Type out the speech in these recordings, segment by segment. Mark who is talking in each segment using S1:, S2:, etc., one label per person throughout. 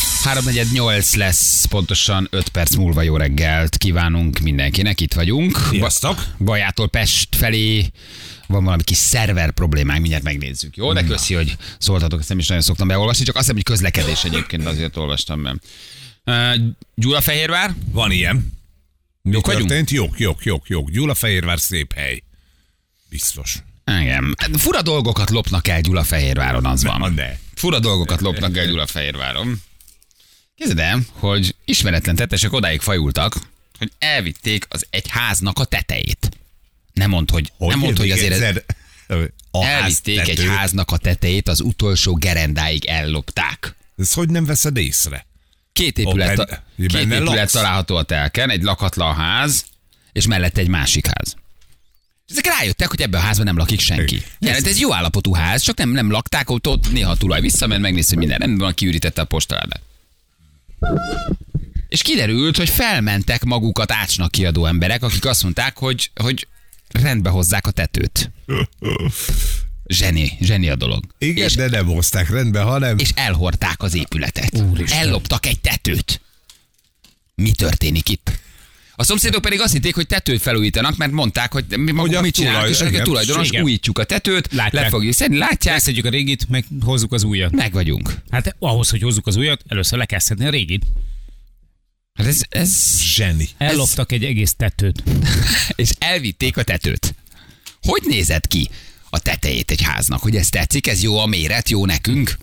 S1: 348 lesz, pontosan 5 perc múlva jó reggelt kívánunk mindenkinek, itt vagyunk.
S2: Sziasztok!
S1: Bajától Pest felé van valami kis szerver problémánk, mindjárt megnézzük. Jó, de köszi, hogy szóltatok, ezt nem is nagyon szoktam beolvasni, csak azt hiszem, hogy közlekedés egyébként azért olvastam be. Uh, Gyulafehérvár?
S2: Van ilyen. Mi
S1: Jók vagyunk?
S2: történt? Jók, jók, jók, jók. Gyulafehérvár szép hely. Biztos.
S1: Igen. Hát Fura dolgokat lopnak el Gyulafehérváron, az
S2: Ah,
S1: van.
S2: de.
S1: Fura dolgokat lopnak el Gyulafehérváron. Képzeld el, hogy ismeretlen tettesek odáig fajultak, hogy elvitték az egy háznak a tetejét. Nem mondd, hogy, hogy nem mondd, hogy
S2: még
S1: azért ez,
S2: egyszer? A
S1: elvitték
S2: háztető.
S1: egy háznak a tetejét, az utolsó gerendáig ellopták.
S2: Ezt hogy nem veszed észre?
S1: Két épület,
S2: Ó,
S1: oh,
S2: benne-
S1: két
S2: benne
S1: épület
S2: laksz.
S1: található a telken, egy lakatlan ház, és mellette egy másik ház. És Ezek rájöttek, hogy ebben a házban nem lakik senki.
S2: Ő.
S1: Ja, hát ez jó állapotú ház, csak nem, nem lakták, ott, ott néha a tulaj visszament, megnézte, hogy minden rendben van, kiürítette a postaládát. És kiderült, hogy felmentek magukat ácsnak kiadó emberek, akik azt mondták, hogy, hogy rendbe hozzák a tetőt. Zseni, zseni a dolog.
S2: Igen,
S1: és,
S2: de nem hozták rendbe, hanem...
S1: és elhordták az épületet. Úristen. Elloptak egy tetőt. Mi történik itt? A szomszédok pedig azt hitték, hogy tetőt felújítanak, mert mondták, hogy mi maguk
S2: Hogy a
S1: mit csinálnak,
S2: tulaj-
S1: és hogy a
S2: igen.
S1: tulajdonos
S3: Igen.
S1: újítjuk a tetőt,
S3: Látják.
S1: le fogjuk szedni, látják,
S3: Leszedjük a régit, meg hozzuk az újat.
S1: meg vagyunk.
S3: Hát ahhoz, hogy hozzuk az újat, először le kell szedni a régit.
S1: Hát ez, ez,
S2: Zseni.
S3: Elloptak egy egész tetőt.
S1: és elvitték a tetőt. Hogy nézett ki a tetejét egy háznak? Hogy ez tetszik, ez jó a méret, jó nekünk?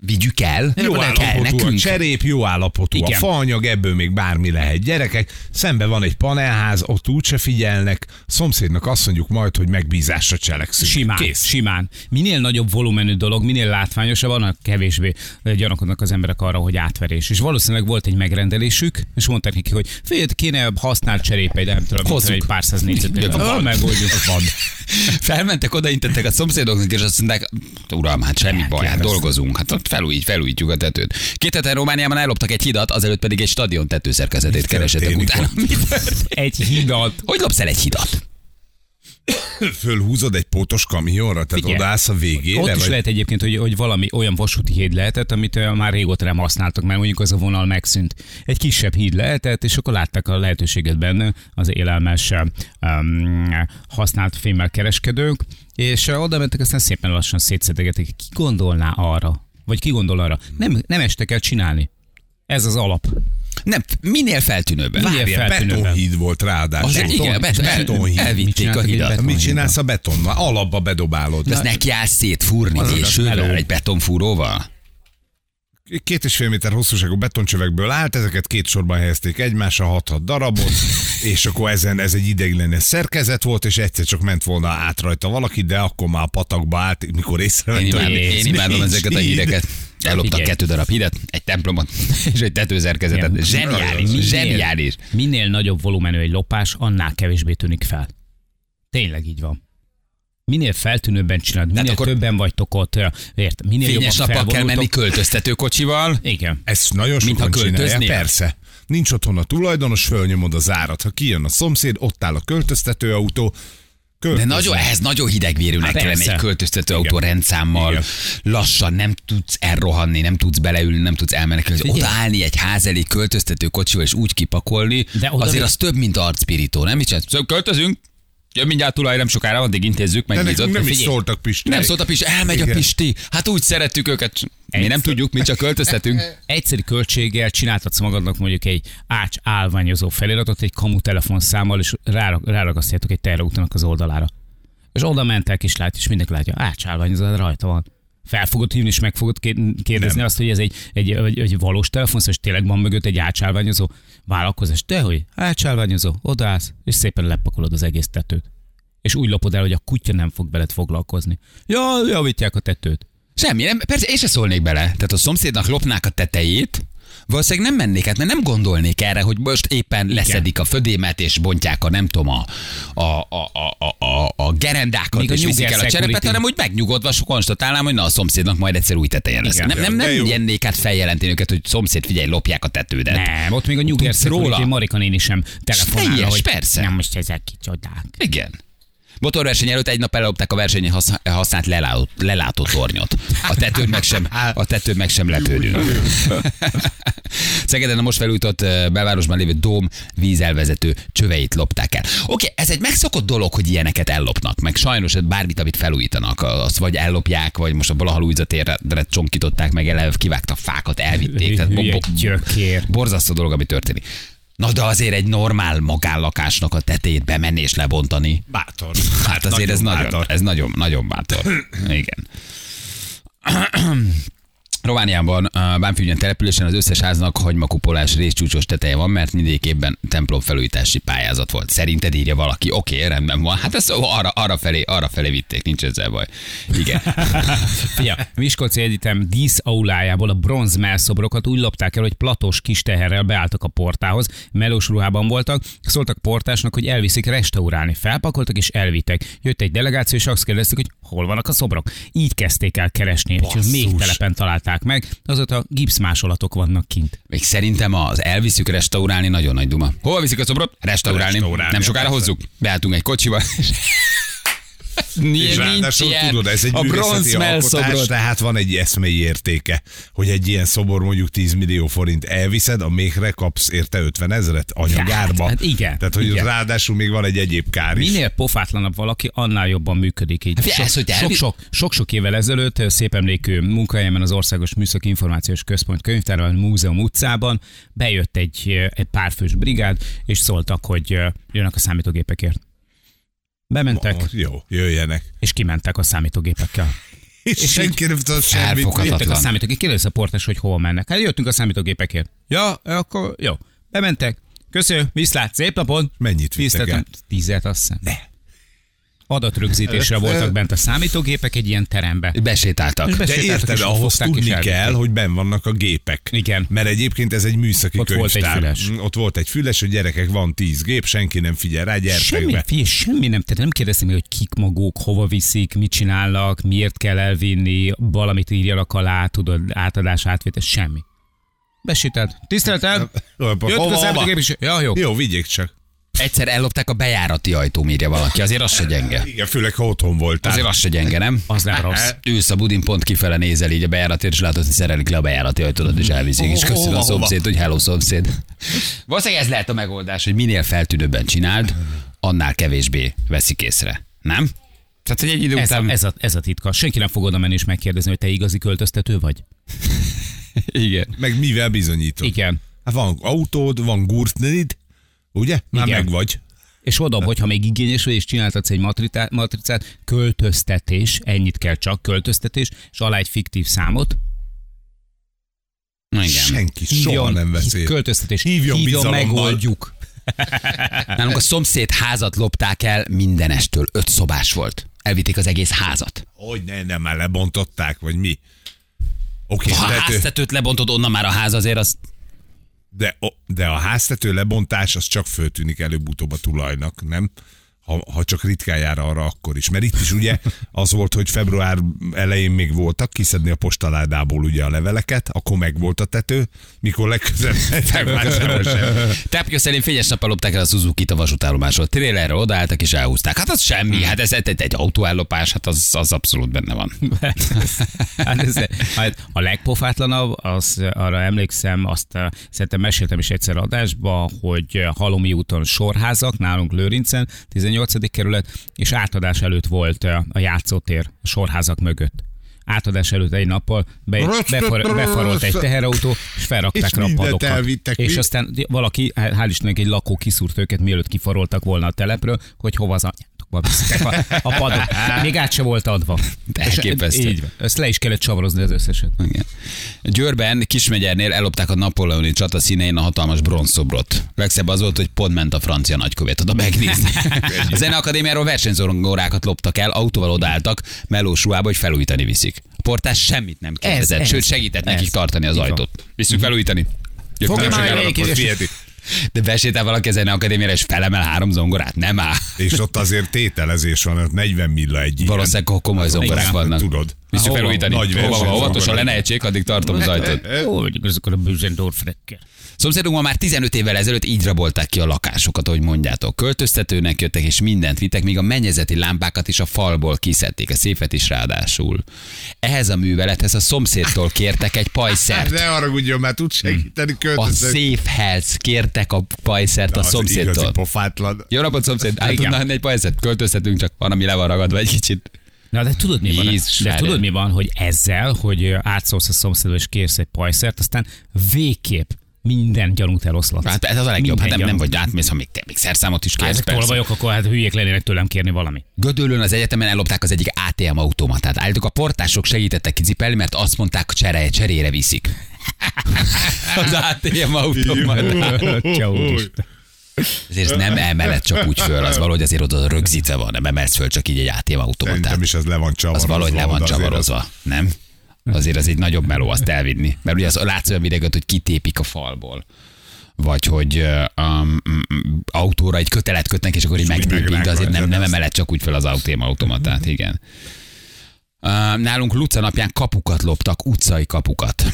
S1: Vigyük el,
S2: Jó
S1: kell
S2: állapotú a
S1: nekünk.
S2: cserép, jó állapotú Igen. a
S3: Igen.
S2: faanyag, ebből még bármi lehet. Gyerekek, szembe van egy panelház, ott úgyse figyelnek, szomszédnak azt mondjuk majd, hogy megbízásra cselekszünk.
S3: Simán,
S2: Kész.
S3: simán. Minél nagyobb volumenű dolog, minél látványosabb, annál kevésbé gyanakodnak az emberek arra, hogy átverés. És valószínűleg volt egy megrendelésük, és mondták neki, hogy fél kéne használt cserépe, de nem tudom, mit
S1: Hozzuk.
S3: tudom, egy pár száz négyzetméter.
S1: Igen.
S3: Van, megoldjuk. Van.
S1: Felmentek, odaintettek a szomszédoknak, és azt mondták, uram, hát semmi baj, hát dolgozunk, hát ott felújít, felújítjuk a tetőt. Két heten Romániában elloptak egy hidat, azelőtt pedig egy stadion tetőszerkezetét keresettek
S2: történik
S1: utána. Mi történt?
S3: Egy hidat.
S1: Hogy lopsz el egy hidat?
S2: Fölhúzod egy pótos kamionra, tehát
S3: Figyelj.
S2: odállsz a végére.
S3: Ott is
S2: vagy-
S3: lehet egyébként, hogy, hogy valami olyan vasúti híd lehetett, amit ö, már régóta nem használtak, mert mondjuk az a vonal megszűnt. Egy kisebb híd lehetett, és akkor látták a lehetőséget benne az élelmes um, használt fémmel kereskedők, és ö, oda mentek, aztán szépen lassan szétszedegetik. Ki gondolná arra? Vagy ki gondol arra? Nem, nem este kell csinálni. Ez az alap.
S1: Nem, minél feltűnőbben.
S3: Minél
S1: Várjál,
S3: feltűnőbb? feltűnőben.
S2: Betonhíd volt ráadásul.
S1: Az egy- igen, bet-
S2: betonhíd.
S1: elvitték
S3: Mit csináltak
S1: a
S3: egy
S1: hidat.
S3: betonhíddal?
S2: Mit csinálsz a betonnal? Alapba
S1: De
S2: bedobálod.
S1: ezt neki állsz szétfúrni
S3: Az
S1: vésővel,
S3: meló.
S1: egy betonfúróval?
S2: Két és fél méter hosszúságú betoncsövekből állt, ezeket két sorban helyezték egymásra, hat-hat darabot, és akkor ezen ez egy ideiglenes szerkezet volt, és egyszer csak ment volna át rajta valaki, de akkor már a patakba állt, mikor
S1: Én
S2: észrevett,
S1: imádom, én imádom ezeket a híreket. Elloptak
S3: Figyelj.
S1: kettő darab hidat, egy templomot és egy tetőzerkezetet.
S3: Igen.
S1: Zseniális,
S3: Minél-
S1: zseniális.
S3: Minél nagyobb volumenű egy lopás, annál kevésbé tűnik fel. Tényleg így van. Minél feltűnőbben csinálod, minél
S1: akkor-
S3: akkor többen vagytok ott, ö, ért, minél
S1: Fényes
S3: jobban
S1: nappal kell menni
S3: felvonultok.
S1: költöztetőkocsival.
S3: Igen.
S2: Ezt nagyon
S1: Mint
S2: sokan
S1: ha
S2: csinálják,
S1: költöznél?
S2: persze. Nincs otthon a tulajdonos, fölnyomod az árat. Ha kijön a szomszéd, ott áll a költöztetőautó,
S1: De
S2: költöznek.
S1: nagyon, ehhez nagyon hidegvérűnek
S3: Hát
S1: kell lenni
S3: persze.
S1: egy költöztető autó
S2: Igen.
S1: rendszámmal.
S2: Igen.
S1: Lassan nem tudsz elrohanni, nem tudsz beleülni, nem tudsz elmenekülni.
S3: Hát Figyelj.
S1: Odaállni egy ház elé költöztető kocsival és úgy kipakolni,
S3: De oda
S1: azért
S3: még-
S1: az több, mint arcpirító, nem? Mit csinálsz? Szóval költözünk, jön mindjárt tulaj, nem sokára, addig intézzük,
S2: De nekünk
S1: megbízott.
S2: nem is
S1: Figyelj.
S2: szóltak Pisti.
S1: Nem szólt a Pisti, elmegy a
S2: Igen.
S1: Pisti. Hát úgy szerettük őket. Mi nem tudjuk, mi csak költöztetünk.
S3: Egyszerű költséggel csináltatsz magadnak mondjuk egy ács állványozó feliratot egy kamu telefonszámmal, és rára- ráragasztjátok egy terrautónak az oldalára. És oda mentek, és lát, és mindenki látja, ács állványozó rajta van. Fel fogod hívni, és meg fogod ké- kérdezni
S2: Nem.
S3: azt, hogy ez egy, egy, egy, egy valós telefonszám, és tényleg van mögött egy ácsálványozó vállalkozás. Dehogy, ácsálványozó, odaállsz, és szépen lepakolod az egész tetőt. És úgy lopod el, hogy a kutya nem fog veled foglalkozni. Ja, javítják a tetőt.
S1: Semmi, nem, persze én se szólnék bele. Tehát a szomszédnak lopnák a tetejét, valószínűleg nem mennék át, mert nem gondolnék erre, hogy most éppen Igen. leszedik a födémet, és bontják a nem tudom, a, a, a, a, a, a, a gerendákat,
S3: Még a
S1: és viszik
S3: nyugger
S1: el a cserepet,
S3: security.
S1: hanem úgy megnyugodva so- konstatálnám, hogy na a szomszédnak majd egyszer új teteje lesz.
S3: Igen.
S1: Nem, nem, nem
S2: De jó.
S1: jennék át feljelenteni őket, hogy szomszéd, figyelj, lopják a tetődet.
S3: Nem, ott még a New Gear
S1: Tudsz róla?
S3: Security Marika néni sem telefonál,
S1: Teljes,
S3: hogy
S1: persze.
S3: nem most ezek kicsodák.
S1: Igen. Motorverseny előtt egy nap ellopták a versenyen haszn- használt lelátó, lelátó tornyot. A tetőn meg sem, a tetőn meg sem lepődünk. Szegeden a most felújított ö, belvárosban lévő dóm vízelvezető csöveit lopták el. Oké, ez egy megszokott dolog, hogy ilyeneket ellopnak, meg sajnos ez bármit, amit felújítanak, azt vagy ellopják, vagy most a Balahalújza térre csonkították meg, eleve kivágtak fákat, elvitték. Tehát bo-
S3: Hülye
S1: bo-
S3: gyökér.
S1: borzasztó dolog, ami történik. Na de azért egy normál magánlakásnak a tetejét bemenni és lebontani,
S2: Bátor.
S1: hát azért ez nagyon, ez nagyon, nagyon bátor. Igen. Romániában, a Bánfügyön településen az összes háznak hagymakupolás részcsúcsos teteje van, mert mindig évben templom felújítási pályázat volt. Szerinted írja valaki, oké, okay, rendben van. Hát ezt arra, arra, felé, arra felé vitték, nincs ezzel baj. Igen.
S3: Fia, Miskolci Egyetem díszaulájából a bronzmelszobrokat úgy lopták el, hogy platos kis teherrel beálltak a portához, melós ruhában voltak, szóltak portásnak, hogy elviszik restaurálni. Felpakoltak és elvittek. Jött egy delegáció, és azt kérdeztük, hogy hol vannak a szobrok. Így kezdték el keresni, és
S2: Basszus.
S3: még telepen találták meg, azóta gipszmásolatok vannak kint.
S1: Még szerintem az elviszük restaurálni nagyon nagy duma. Hova viszik a szobrot? Restaurálni.
S2: Restaurálni,
S1: Nem sokára
S2: persze.
S1: hozzuk. Beálltunk egy kocsiba. és- Nincs
S2: ráadásul
S1: ilyen.
S2: tudod, ez egy
S1: a bronz
S2: művészeti alkotás,
S1: melszobrot.
S2: tehát van egy eszmei értéke, hogy egy ilyen szobor mondjuk 10 millió forint elviszed, a méhre kapsz érte 50 ezeret anyagárba.
S3: hát igen,
S2: Tehát, hogy
S3: igen.
S2: ráadásul még van egy egyéb kár is.
S3: Minél pofátlanabb valaki, annál jobban működik így.
S1: Hát figyelj, ez, hogy elvi-
S3: sok, sok, sok évvel ezelőtt eh, szép emlékű munkahelyemen az Országos Műszaki Információs Központ könyvtárban, Múzeum utcában bejött egy, eh, egy párfős brigád, és szóltak, hogy eh, jönnek a számítógépekért. Bementek,
S2: Ah, Jó, jöjjenek.
S3: és kimentek a számítógépekkel.
S2: És, és senki nem tudod semmit.
S1: Elfoghatatlan.
S3: Jöttek a számítógép, kérdezte a portás, hogy hova mennek. Hát jöttünk a számítógépekért. Ja, akkor jó. Bementek. Köszönöm, viszlát, szép napon.
S2: Mennyit vittek
S3: Tiszteltem.
S2: el?
S3: Tízet azt hiszem.
S2: Ne.
S3: Adatrögzítésre voltak bent a számítógépek egy ilyen terembe.
S1: Besétáltak.
S3: És
S2: De
S3: besétáltak,
S2: érted,
S3: és
S2: ahhoz
S3: fogták, és
S2: tudni
S3: elvitték.
S2: kell, hogy ben vannak a gépek.
S3: Igen.
S2: Mert egyébként ez egy műszaki
S3: Ott volt egy
S2: könyvtár.
S3: füles.
S2: Mm, Ott volt egy füles, hogy gyerekek, van tíz gép, senki nem figyel rá,
S3: Semmi,
S2: gyertek be.
S3: figyelj, semmi nem, tehát nem kérdeztem meg, hogy kik maguk, hova viszik, mit csinálnak, miért kell elvinni, valamit írjanak alá, tudod, átadás, átvétel, semmi. Besített. Tiszteltem!
S2: Hova,
S3: Jött a
S2: hova?
S3: számítógép is. Ja, jó.
S2: Jó, vigyék csak.
S1: Egyszer ellopták a bejárati ajtóm, írja valaki. Azért az se gyenge.
S2: Igen, főleg ha otthon voltál.
S1: Azért az se gyenge, nem?
S3: Az nem rossz.
S1: Ülsz a budin pont kifele nézel így a bejáratért, és látod, hogy szerelik le a bejárati ajtódat, és elviszik, és köszön a
S2: Hova, hova?
S1: szomszéd, hogy hello szomszéd. Valószínűleg ez lehet a megoldás, hogy minél feltűnőbben csináld, annál kevésbé veszik észre. Nem? Tehát, hogy egy idő
S3: Ez,
S1: után...
S3: ez, a, ez a titka. Senki nem fog oda menni és megkérdezni, hogy te igazi költöztető vagy.
S1: Igen.
S2: Meg mivel bizonyítod?
S3: Igen.
S2: Hát van autód, van gurtnid, ugye? Már
S3: Igen.
S2: meg vagy.
S3: És oda, hogyha még igényes vagy, és csináltatsz egy matritá- matricát, költöztetés, ennyit kell csak, költöztetés, és alá egy fiktív számot,
S1: Igen.
S2: Senki soha nem veszi.
S3: Költöztetés.
S2: Hívjon bizalommal.
S3: megoldjuk.
S1: Nálunk a szomszéd házat lopták el mindenestől. Öt szobás volt. Elvitték az egész házat.
S2: Hogy ne, nem, már lebontották, vagy mi? Oké,
S1: Ha a
S2: de, tő-
S1: háztetőt lebontod, onnan már a ház azért az
S2: de, o- de a háztető lebontás az csak föltűnik előbb-utóbb a tulajnak, nem? Ha, ha csak ritkán jár arra akkor is. Mert itt is ugye az volt, hogy február elején még voltak, kiszedni a postaládából ugye a leveleket, akkor meg volt a tető, mikor legközelebb meg már sehol sem.
S1: Tápja szerint fényes nappal lopták el a suzuki a vasútállomásról. Trélerre odaálltak és elhúzták. Hát az
S3: Hmm.
S1: semmi, hát ez egy, egy autóellopás, hát az, az abszolút benne van.
S3: Hát ez, hát a legpofátlanabb, az, arra emlékszem, azt eh, szerintem meséltem is egyszer adásba, hogy eh, Halomi úton sorházak, nálunk Lőrincen, 18. kerület, és átadás előtt volt eh, a játszótér a sorházak mögött. Átadás előtt egy nappal be, befar, befarolt egy teherautó, és felrakták
S2: És mindent
S3: rapadokat.
S2: elvittek.
S3: és
S2: Mi?
S3: aztán valaki, hál' Istennek egy lakó kiszúrt őket, mielőtt kifaroltak volna a telepről, hogy hova az anyátokba viszitek a, a padot. Még át se volt adva.
S1: De elképesztő.
S3: Így van. Ezt le is kellett csavarozni az összeset.
S1: Igen. Győrben, Kismegyernél elopták a napóleoni csata színein a hatalmas bronzszobrot. Legszebb az volt, hogy pont ment a francia nagykövet oda megnézni. A zeneakadémiáról versenyzongórákat loptak el, autóval odálltak, melós ruhába, hogy felújítani viszik. A portás semmit nem kérdezett,
S3: ez,
S1: sőt segített
S3: ez.
S1: nekik tartani az
S3: Így van.
S1: ajtót. Visszük felújítani.
S3: Fogja már
S1: Gyökeres-
S3: elég
S2: hát Most
S3: és-
S2: viheti.
S1: De besétál valaki a zeneakadémiára, és felemel három zongorát? Nem áll.
S2: És ott azért tételezés van, ott 40 milla egy ilyen.
S1: Valószínűleg a komoly zongorák
S2: Igen,
S1: vannak.
S2: tudod.
S1: Visszük
S2: Hova?
S1: felújítani.
S2: Nagy
S1: Hova,
S2: versenyzongorák.
S1: óvatosan le ne ejtsék, addig tartom az ajtót.
S3: Jó vagyok ezekkel a Bösendorferekkel.
S1: Szomszédunkban már 15 évvel ezelőtt így rabolták ki a lakásokat, ahogy mondjátok. Költöztetőnek jöttek és mindent vittek, még a mennyezeti lámpákat is a falból kiszedték, a széfet is ráadásul. Ehhez a művelethez a szomszédtól kértek egy
S2: Hát
S1: pajszert.
S2: ne haragudjon, már tud segíteni,
S1: Hmm. A
S2: költöztek.
S1: széfhez kértek a pajszert a
S2: Az Igazi Hát
S1: szomszédtól.
S2: pofátlan.
S1: Jó napot, szomszéd! El
S3: Igen.
S1: tudnál egy pajszert? Költöztetünk, csak van, ami le van ragadva egy kicsit.
S3: Na, de tudod mi van?
S1: Jézus
S3: De
S1: Mária.
S3: tudod mi van, hogy ezzel, hogy ö, átszólsz a szomszédba és kérsz egy pajszert, aztán végképp minden gyanút eloszlatsz.
S1: Hát ez az a legjobb, hát
S3: Minden
S1: nem, nem
S3: gyanú.
S1: vagy átmész, ha még, te- még szerszámot is kérsz.
S3: Hát,
S1: persze.
S3: hol vagyok, akkor hát hülyék lennének tőlem kérni valami.
S1: Gödöllön az egyetemen ellopták az egyik ATM automatát. Állítok, a portások segítettek kicipelni, mert azt mondták, csere, cserére viszik. az ATM automat.
S3: Csáó, úristen.
S1: Ezért nem emeled csak úgy föl, az valahogy azért oda rögzítve van, nem emelsz föl csak így egy ATM automatát.
S2: Szerintem is az le van
S1: Az
S2: csavarozva.
S1: valahogy le van
S2: de azért az-
S1: csavarozva, nem? Azért az egy nagyobb meló azt elvinni. Mert ugye az, látsz olyan videót, hogy kitépik a falból. Vagy hogy ö, um, mm, autóra egy kötelet kötnek, és akkor így
S2: És úgy
S1: megtépik, de
S2: megrágva
S1: azért nem,
S2: ezzel
S1: nem
S2: azt.
S1: emeled csak úgy fel az autém automatát, igen. Ö, Nálunk Luca napján kapukat loptak, utcai kapukat.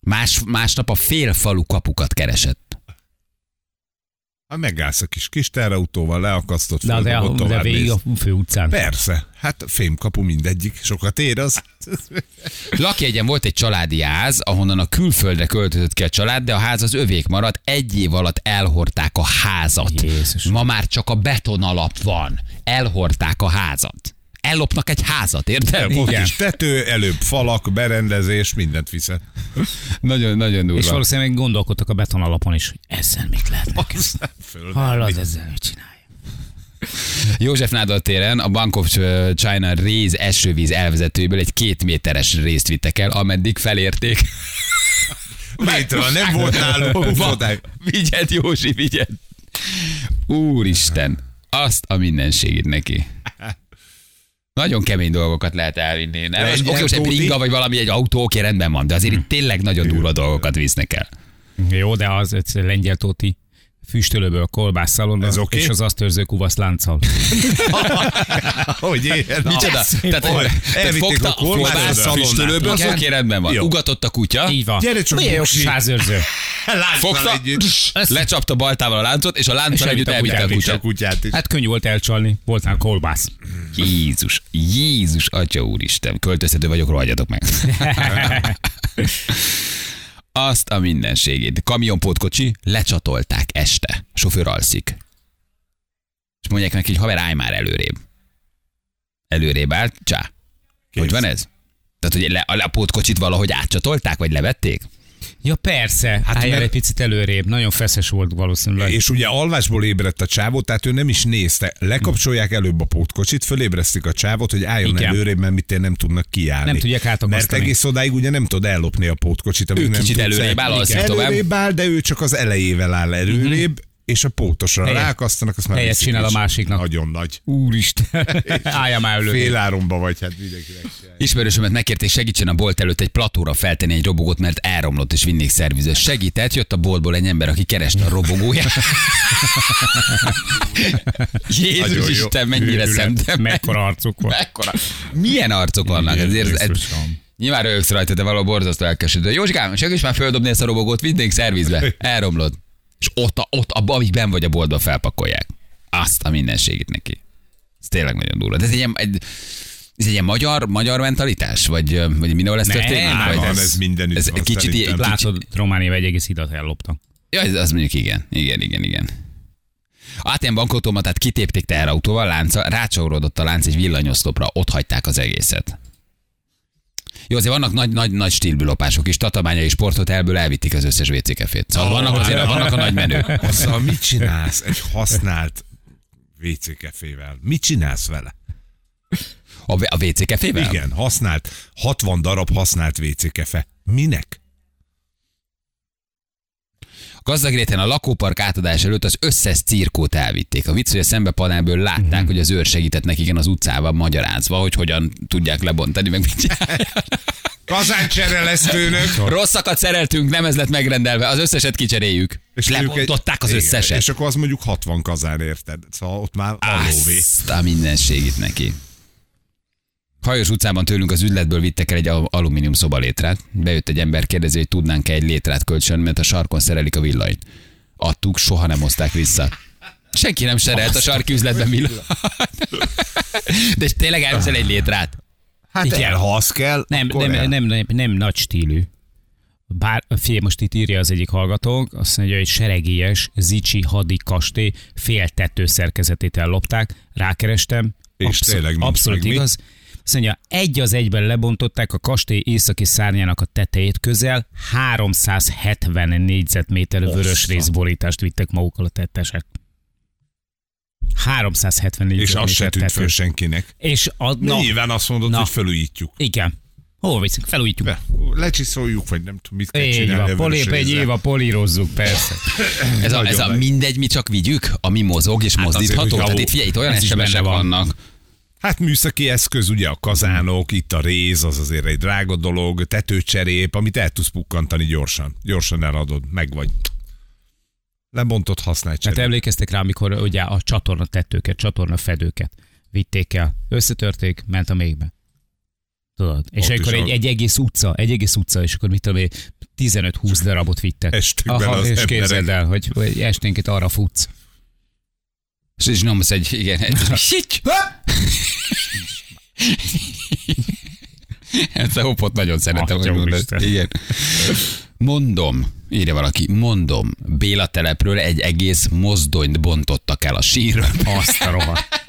S1: Más, másnap a félfalu kapukat keresett.
S2: Hát megállsz a kis kis terautóval, leakasztott
S3: Na, de,
S2: földobod,
S3: de
S2: tovább
S3: végig
S2: mész.
S3: a fő utcán.
S2: Persze, hát fémkapu mindegyik, sokat ér az.
S1: Lakjegyen volt egy családi ház, ahonnan a külföldre költözött ki a család, de a ház az övék maradt, egy év alatt elhorták a házat.
S3: Jézus.
S1: Ma már csak a beton alap van. Elhorták a házat. Ellopnak egy házat, érted?
S2: Ott
S1: Igen.
S2: is tető, előbb falak, berendezés, mindent viszel.
S1: Nagyon, nagyon durva.
S3: És valószínűleg gondolkodtak a beton alapon is, hogy ezzel mit lehetne kezdeni.
S2: Föl.
S3: Hallod, ezzel mit csinálja?
S1: József Nádor téren a Bank of China réz esővíz elvezetőjéből egy két méteres részt vittek el, ameddig felérték.
S2: Létre, nem volt nálunk. ufodák.
S1: Vigyed, Józsi, vigyed. Úristen, azt a mindenségét neki. Nagyon kemény dolgokat lehet elvinni. Nem? Most Oké, most egy
S2: Tóti.
S1: bringa vagy valami egy autó, oké, rendben van, de azért
S2: Hm.
S1: itt tényleg nagyon durva dolgokat visznek el.
S3: Jó, de az egy lengyel tóti füstölőből kolbásszalon,
S2: Ez
S3: és
S2: oké?
S3: az azt őrző kuvasz lánccal.
S2: Hogy ér?
S1: Micsoda? Tehát,
S2: hogy
S1: tehát fogta a kolbász füstölőből, az oké, rendben van.
S2: Jó.
S1: Ugatott a kutya,
S3: Így van.
S2: Gyere csak,
S3: Milyen jó
S2: Buksi.
S3: kis házőrző.
S1: fogta, lecsapta baltával a láncot, és a lánccal együtt elvitte a
S2: a
S1: kutyát.
S2: kutyát is.
S3: Hát könnyű volt elcsalni, volt már kolbász.
S1: Jézus, Jézus, Atya Úristen, költöztető vagyok, rohadjatok meg. Azt a mindenségét. Kamionpótkocsi lecsatolták este. Sofőr alszik. És mondják neki, hogy haver, állj már előrébb. Előrébb állt, csá. Hogy van ez? Tehát, hogy le, a, a pótkocsit valahogy átcsatolták, vagy levették?
S3: Ja persze, hát
S2: mert-
S3: egy picit előrébb, nagyon feszes volt valószínűleg.
S2: És ugye alvásból ébredt a csávó, tehát ő nem is nézte. Lekapcsolják előbb a pótkocsit, fölébresztik a csávót, hogy álljon
S3: Igen.
S2: előrébb, mert mit nem tudnak kiállni.
S3: Nem tudják
S2: Mert
S3: átagasztani.
S2: egész odáig ugye nem tud ellopni a pótkocsit, amíg
S1: Ő
S2: nem
S1: kicsit
S2: tudsz
S1: előrébb áll,
S2: el-
S1: alszik
S2: Igen.
S1: tovább.
S2: Előrébb áll, de ő csak az elejével áll előrébb, és a pótosra
S3: Mhm. Helyet-
S2: ráakasztanak, azt már
S3: helyet
S2: viszik
S3: csinál a
S2: is.
S3: másiknak.
S2: Nagyon nagy.
S3: Úristen, álljál már előrébb.
S2: Féláromba vagy, hát mindenkinek se.
S1: Ismerősömet megkérték, segítsen a bolt előtt egy platóra feltenni egy robogót, mert elromlott és vinnék szerviző. Segített, jött a boltból egy ember, aki kereste a robogóját.
S2: Nagyon jó.
S1: Jézus Isten, mennyire
S3: Őrület,
S1: szemtem.
S3: Mekkora arcuk volt.
S1: Mekkora? Milyen arcok vannak?
S2: Igen,
S1: Ezért, ez,
S2: Jézusom.
S1: nyilván rögsz rajta, de valahol borzasztó elkesedő. Józsikám, segíts már földobni ezt a robogót, vinnénk szervizbe. Elromlott. És ott, a, ott abba, amíg ben vagy a boltba, felpakolják. Azt a mindenségét neki. Ez tényleg nagyon durva. De ez egy ilyen, egy, ez egy ilyen magyar, magyar mentalitás? Vagy, vagy mindenhol ez
S3: Nem,
S1: történik?
S3: hát
S1: Vagy
S2: van, ez mindenütt
S1: ez
S2: van,
S1: kicsit, ilyen-
S2: szerintem.
S1: kicsit,
S3: Látod, Románia egy egész hidat ellopta.
S1: Ja, ez az mondjuk igen. Igen, igen, igen. A ATM bankautomatát kitépték teherautóval, lánca, rácsaurodott a lánc egy villanyoszlopra, ott hagyták az egészet. Jó, azért vannak nagy, nagy, nagy stílbülopások is, tatabányai sporthotelből elvitték az összes WC kefét. Szóval vannak, azért, vannak a nagy menő.
S2: Azzal mit csinálsz egy használt WC kefével? Mit csinálsz vele?
S1: A, a WC kefével?
S2: Igen, használt, 60 darab használt WC kefe. Minek?
S1: Gazdag réten a lakópark átadás előtt az összes cirkót elvitték. A vicc, hogy a szembe panelből látták, mm-hmm. hogy az őr segített nekiken az utcában magyarázva, hogy hogyan tudják lebontani, meg mit csinálják.
S2: Kazán csere lesz főnök.
S1: Rosszakat szereltünk, nem ez lett megrendelve, az összeset kicseréljük. És
S2: mondjuk egy-
S1: lebontották az
S2: Igen,
S1: összeset.
S2: És akkor az mondjuk 60 kazán érted. Szóval ott már alóvé.
S1: Azt a mindenségit neki. Hajos utcában tőlünk az üzletből vittek el egy al- alumínium szobalétrát. Bejött egy ember, kérdezi, hogy tudnánk-e egy létrát kölcsön, mert a sarkon szerelik a villanyt. Adtuk, soha nem hozták vissza. Senki nem serelt a sarki üzletben villanyt. De tényleg elviszel egy létrát?
S2: Hát
S3: Igen.
S2: el, ha az kell,
S3: Nem,
S2: akkor
S3: nem,
S2: el.
S3: nem, nem, nem, nem nagy stílű. Bár, fél, most itt írja az egyik hallgatónk, azt mondja, hogy seregélyes, zicsi hadi kastély fél tetőszerkezetét ellopták, rákerestem,
S2: És tényleg nincs
S3: abszolút
S2: meg mi.
S3: igaz. Azt mondja, egy az egyben lebontották a kastély északi szárnyának a tetejét közel, 370 négyzetméter vörös
S2: Assza.
S3: részborítást vittek magukkal a tettesek. 370
S2: És
S3: négyzetméter
S2: azt se tűnt
S3: tető.
S2: föl senkinek.
S3: És a,
S2: Na.
S3: na,
S2: Nyilván azt mondod,
S3: Na.
S2: hogy felújítjuk.
S3: igen. Hova viszünk? Felújítjuk.
S2: Be, lecsiszoljuk, vagy nem tudom, mit kell
S3: Így
S2: csinálni.
S3: van,
S2: a vörös
S3: polép egy
S2: rézzel.
S3: év a polírozzuk, persze.
S1: Ez a,
S2: Nagyon
S1: ez a
S2: nagy. Hát
S1: mindegy, mi csak vigyük, ami mozog és
S2: azért,
S1: mozdítható.
S2: hogyha
S1: Tehát
S2: ó-
S1: itt figyelj, itt olyan
S3: ez is benne
S1: SMS-ek
S3: van.
S1: vannak.
S2: Hát műszaki eszköz, ugye a kazánok, itt a réz, az azért egy drága dolog, tetőcserép, amit el tudsz pukkantani gyorsan. Gyorsan eladod, meg vagy. Lebontott használj
S3: Hát
S2: cserép.
S3: emlékeztek rá, amikor ugye a csatorna tettőket, csatorna fedőket vitték el, összetörték, ment a mégbe. Tudod? És
S2: Ott
S3: akkor
S2: is
S3: egy,
S2: a-
S3: egy, egész utca, egy egész utca, és akkor mit tudom én, 15-20 darabot vittek.
S2: Estük bele az
S3: és
S2: emberek.
S3: képzeld el, hogy, hogy esténként arra futsz.
S1: És is nyomsz egy, igen, egy... Sitty! Ezt Hát a hopot nagyon szeretem, hogy
S3: Atya
S1: mondod.
S3: Úristen.
S1: Igen. Mondom, írja valaki, mondom, Béla telepről egy egész mozdonyt bontottak el a sírra.
S3: Azt a rohadt.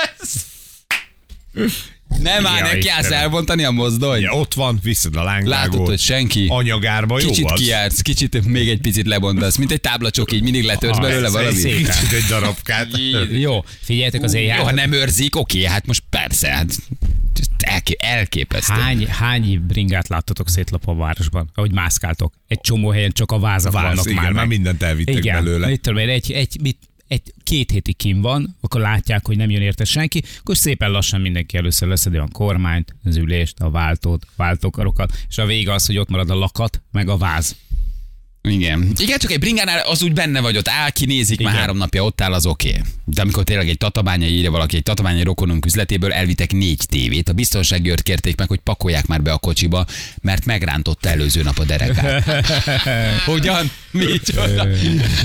S1: Nem már
S3: Ja,
S1: neki állsz
S3: Istenem.
S1: elbontani a mozdony.
S2: Ugye, ott van, viszed a lángvágót.
S1: Látod, hogy senki.
S2: Anyagárba jó
S1: Kicsit
S2: az.
S1: kijársz, kicsit még egy picit lebontasz, mint egy táblacsok, így mindig letörsz
S3: Ah,
S1: belőle
S2: Ez egy
S1: valami.
S2: Kicsit egy darabkát.
S3: Jó, figyeljetek az
S1: Jó, ha
S3: éjjel.
S1: nem őrzik, oké, hát most persze, hát elké- elképesztő.
S3: Hány, hány bringát láttatok szétlapva a városban, ahogy mászkáltok? Egy csomó helyen csak a vázak
S2: Válasz,
S3: vannak
S2: igen,
S3: már
S2: már,
S3: meg.
S2: mindent elvittek
S3: Igen,
S2: belőle.
S3: Mit tudom én, egy, egy, mit, egy, két hétig kim van, akkor látják, hogy nem jön érte senki, akkor szépen lassan mindenki először leszedi a kormányt, az ülést, a váltót, váltókarokat, és a vége az, hogy ott marad a lakat, meg a váz.
S1: Igen. Igen, csak egy bringánál az úgy benne vagy ott áll, kinézik, már
S3: Igen.
S1: három napja ott áll, az oké. Okay. De amikor tényleg egy tatabányai írja valaki, egy tatabányai rokonunk üzletéből elvitek négy tévét, a biztonsági őrt kérték meg, hogy pakolják már be a kocsiba, mert megrántotta előző nap a derekát. Ugyan? Micsoda?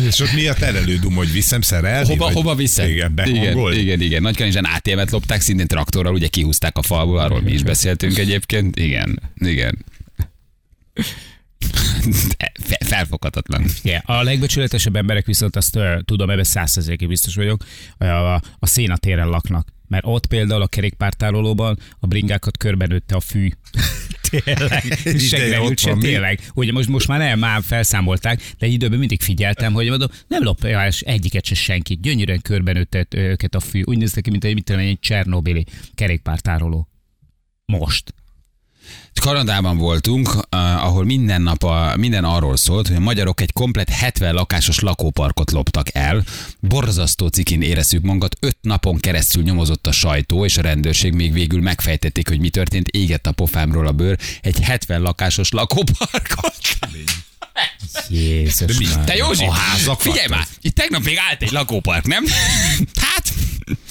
S2: És ott mi a terelődum, hogy viszem szerelni?
S1: Hova,
S2: vagy-
S1: hova viszed?
S2: Igen,
S1: igen,
S2: behangolt.
S1: igen, igen. Nagykanizsán ATM-et lopták, szintén traktorral, ugye kihúzták a falból, arról mi is beszéltünk egyébként. Igen, igen. De fe- Felfoghatatlan.
S3: Yeah. A legbecsületesebb emberek viszont azt uh, tudom, ebben százszerzékig biztos vagyok, a, a, a szénatéren laknak. Mert ott például a kerékpártárolóban a bringákat körbenőtte a fű. tényleg.
S2: Egy
S3: És
S2: ideje
S3: senki nem
S2: ott
S3: ült se,
S2: van, mi?
S3: tényleg. Ugye most, most már nem, már felszámolták, de egy időben mindig figyeltem, hogy mondom, nem lopja és egyiket se senki. Gyönyörűen körbenőtte őket a fű. Úgy néztek ki, mint egy, mit tudom én, egy csernobili kerékpártároló. Most.
S1: Kanadában voltunk, eh, ahol minden nap a, minden arról szólt, hogy a magyarok egy komplet 70 lakásos lakóparkot loptak el. Borzasztó cikin érezzük magunkat, öt napon keresztül nyomozott a sajtó, és a rendőrség még végül megfejtették, hogy mi történt, égett a pofámról a bőr, egy 70 lakásos lakóparkot.
S3: Jézus.
S1: Mi?
S3: Mária.
S1: Te Józsi,
S2: A házakat?
S1: figyelj már, itt tegnap még állt egy lakópark, nem? Hát,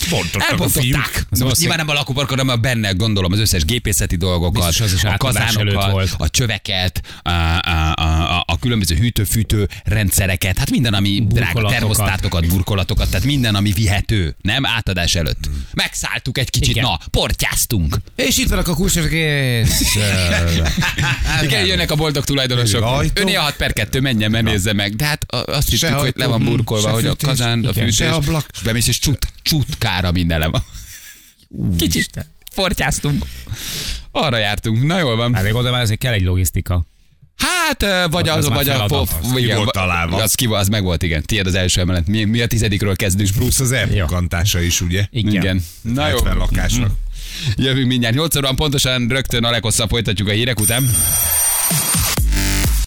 S2: Bontottak a fiúk.
S1: elbontották.
S3: Az
S1: Most
S3: valószínű-
S1: nyilván nem a lakóparkon, hanem a benne gondolom az összes gépészeti dolgokat,
S3: Biztos az is
S1: a
S3: átadás előtt
S1: kazánokat,
S3: volt.
S1: a csöveket, a, a, a, a, a különböző hűtő-fűtő rendszereket, hát minden, ami drága
S3: Burkolatokat.
S1: termosztátokat, burkolatokat, tehát minden, ami vihető, nem? Átadás előtt. Megszálltuk egy kicsit,
S3: Hmm. Igen.
S1: na, portyáztunk.
S3: És itt vannak a kulcsosok. és-
S1: Igen, jönnek a boldog tulajdonosok.
S2: Ajtó.
S1: Öné a 6 per 2, menjen, mert nézze meg. De hát a- azt hittük, hogy
S2: ajtó,
S1: le van
S2: mm,
S1: burkolva,
S2: se
S1: hogy a
S2: fűtés,
S1: kazán, a
S2: igen,
S1: fűtés.
S2: se ablak.
S1: És bemész, és csut, csutkára minden le van. Kicsit fortyáztunk. Arra jártunk. Na jól van.
S3: Hát még oda már azért kell egy logisztika.
S1: Hát, ö, vagy
S3: Az
S1: az,
S3: már
S1: vagy a...
S3: feladat.
S1: pof-
S2: Az ki
S1: igen,
S2: volt találva.
S1: Az, ki, az meg volt, igen. Tiéd az első emelet. Mi, mi a tizedikről kezdünk?
S2: Plusz az elpukantása is, ugye?
S3: Igen.
S1: Igen. Na jó, Mhm.
S2: 70 lakásnak.
S1: jövünk mindjárt. 8 óra van pontosan, rögtön a leghosszabb folytatjuk a hírek után.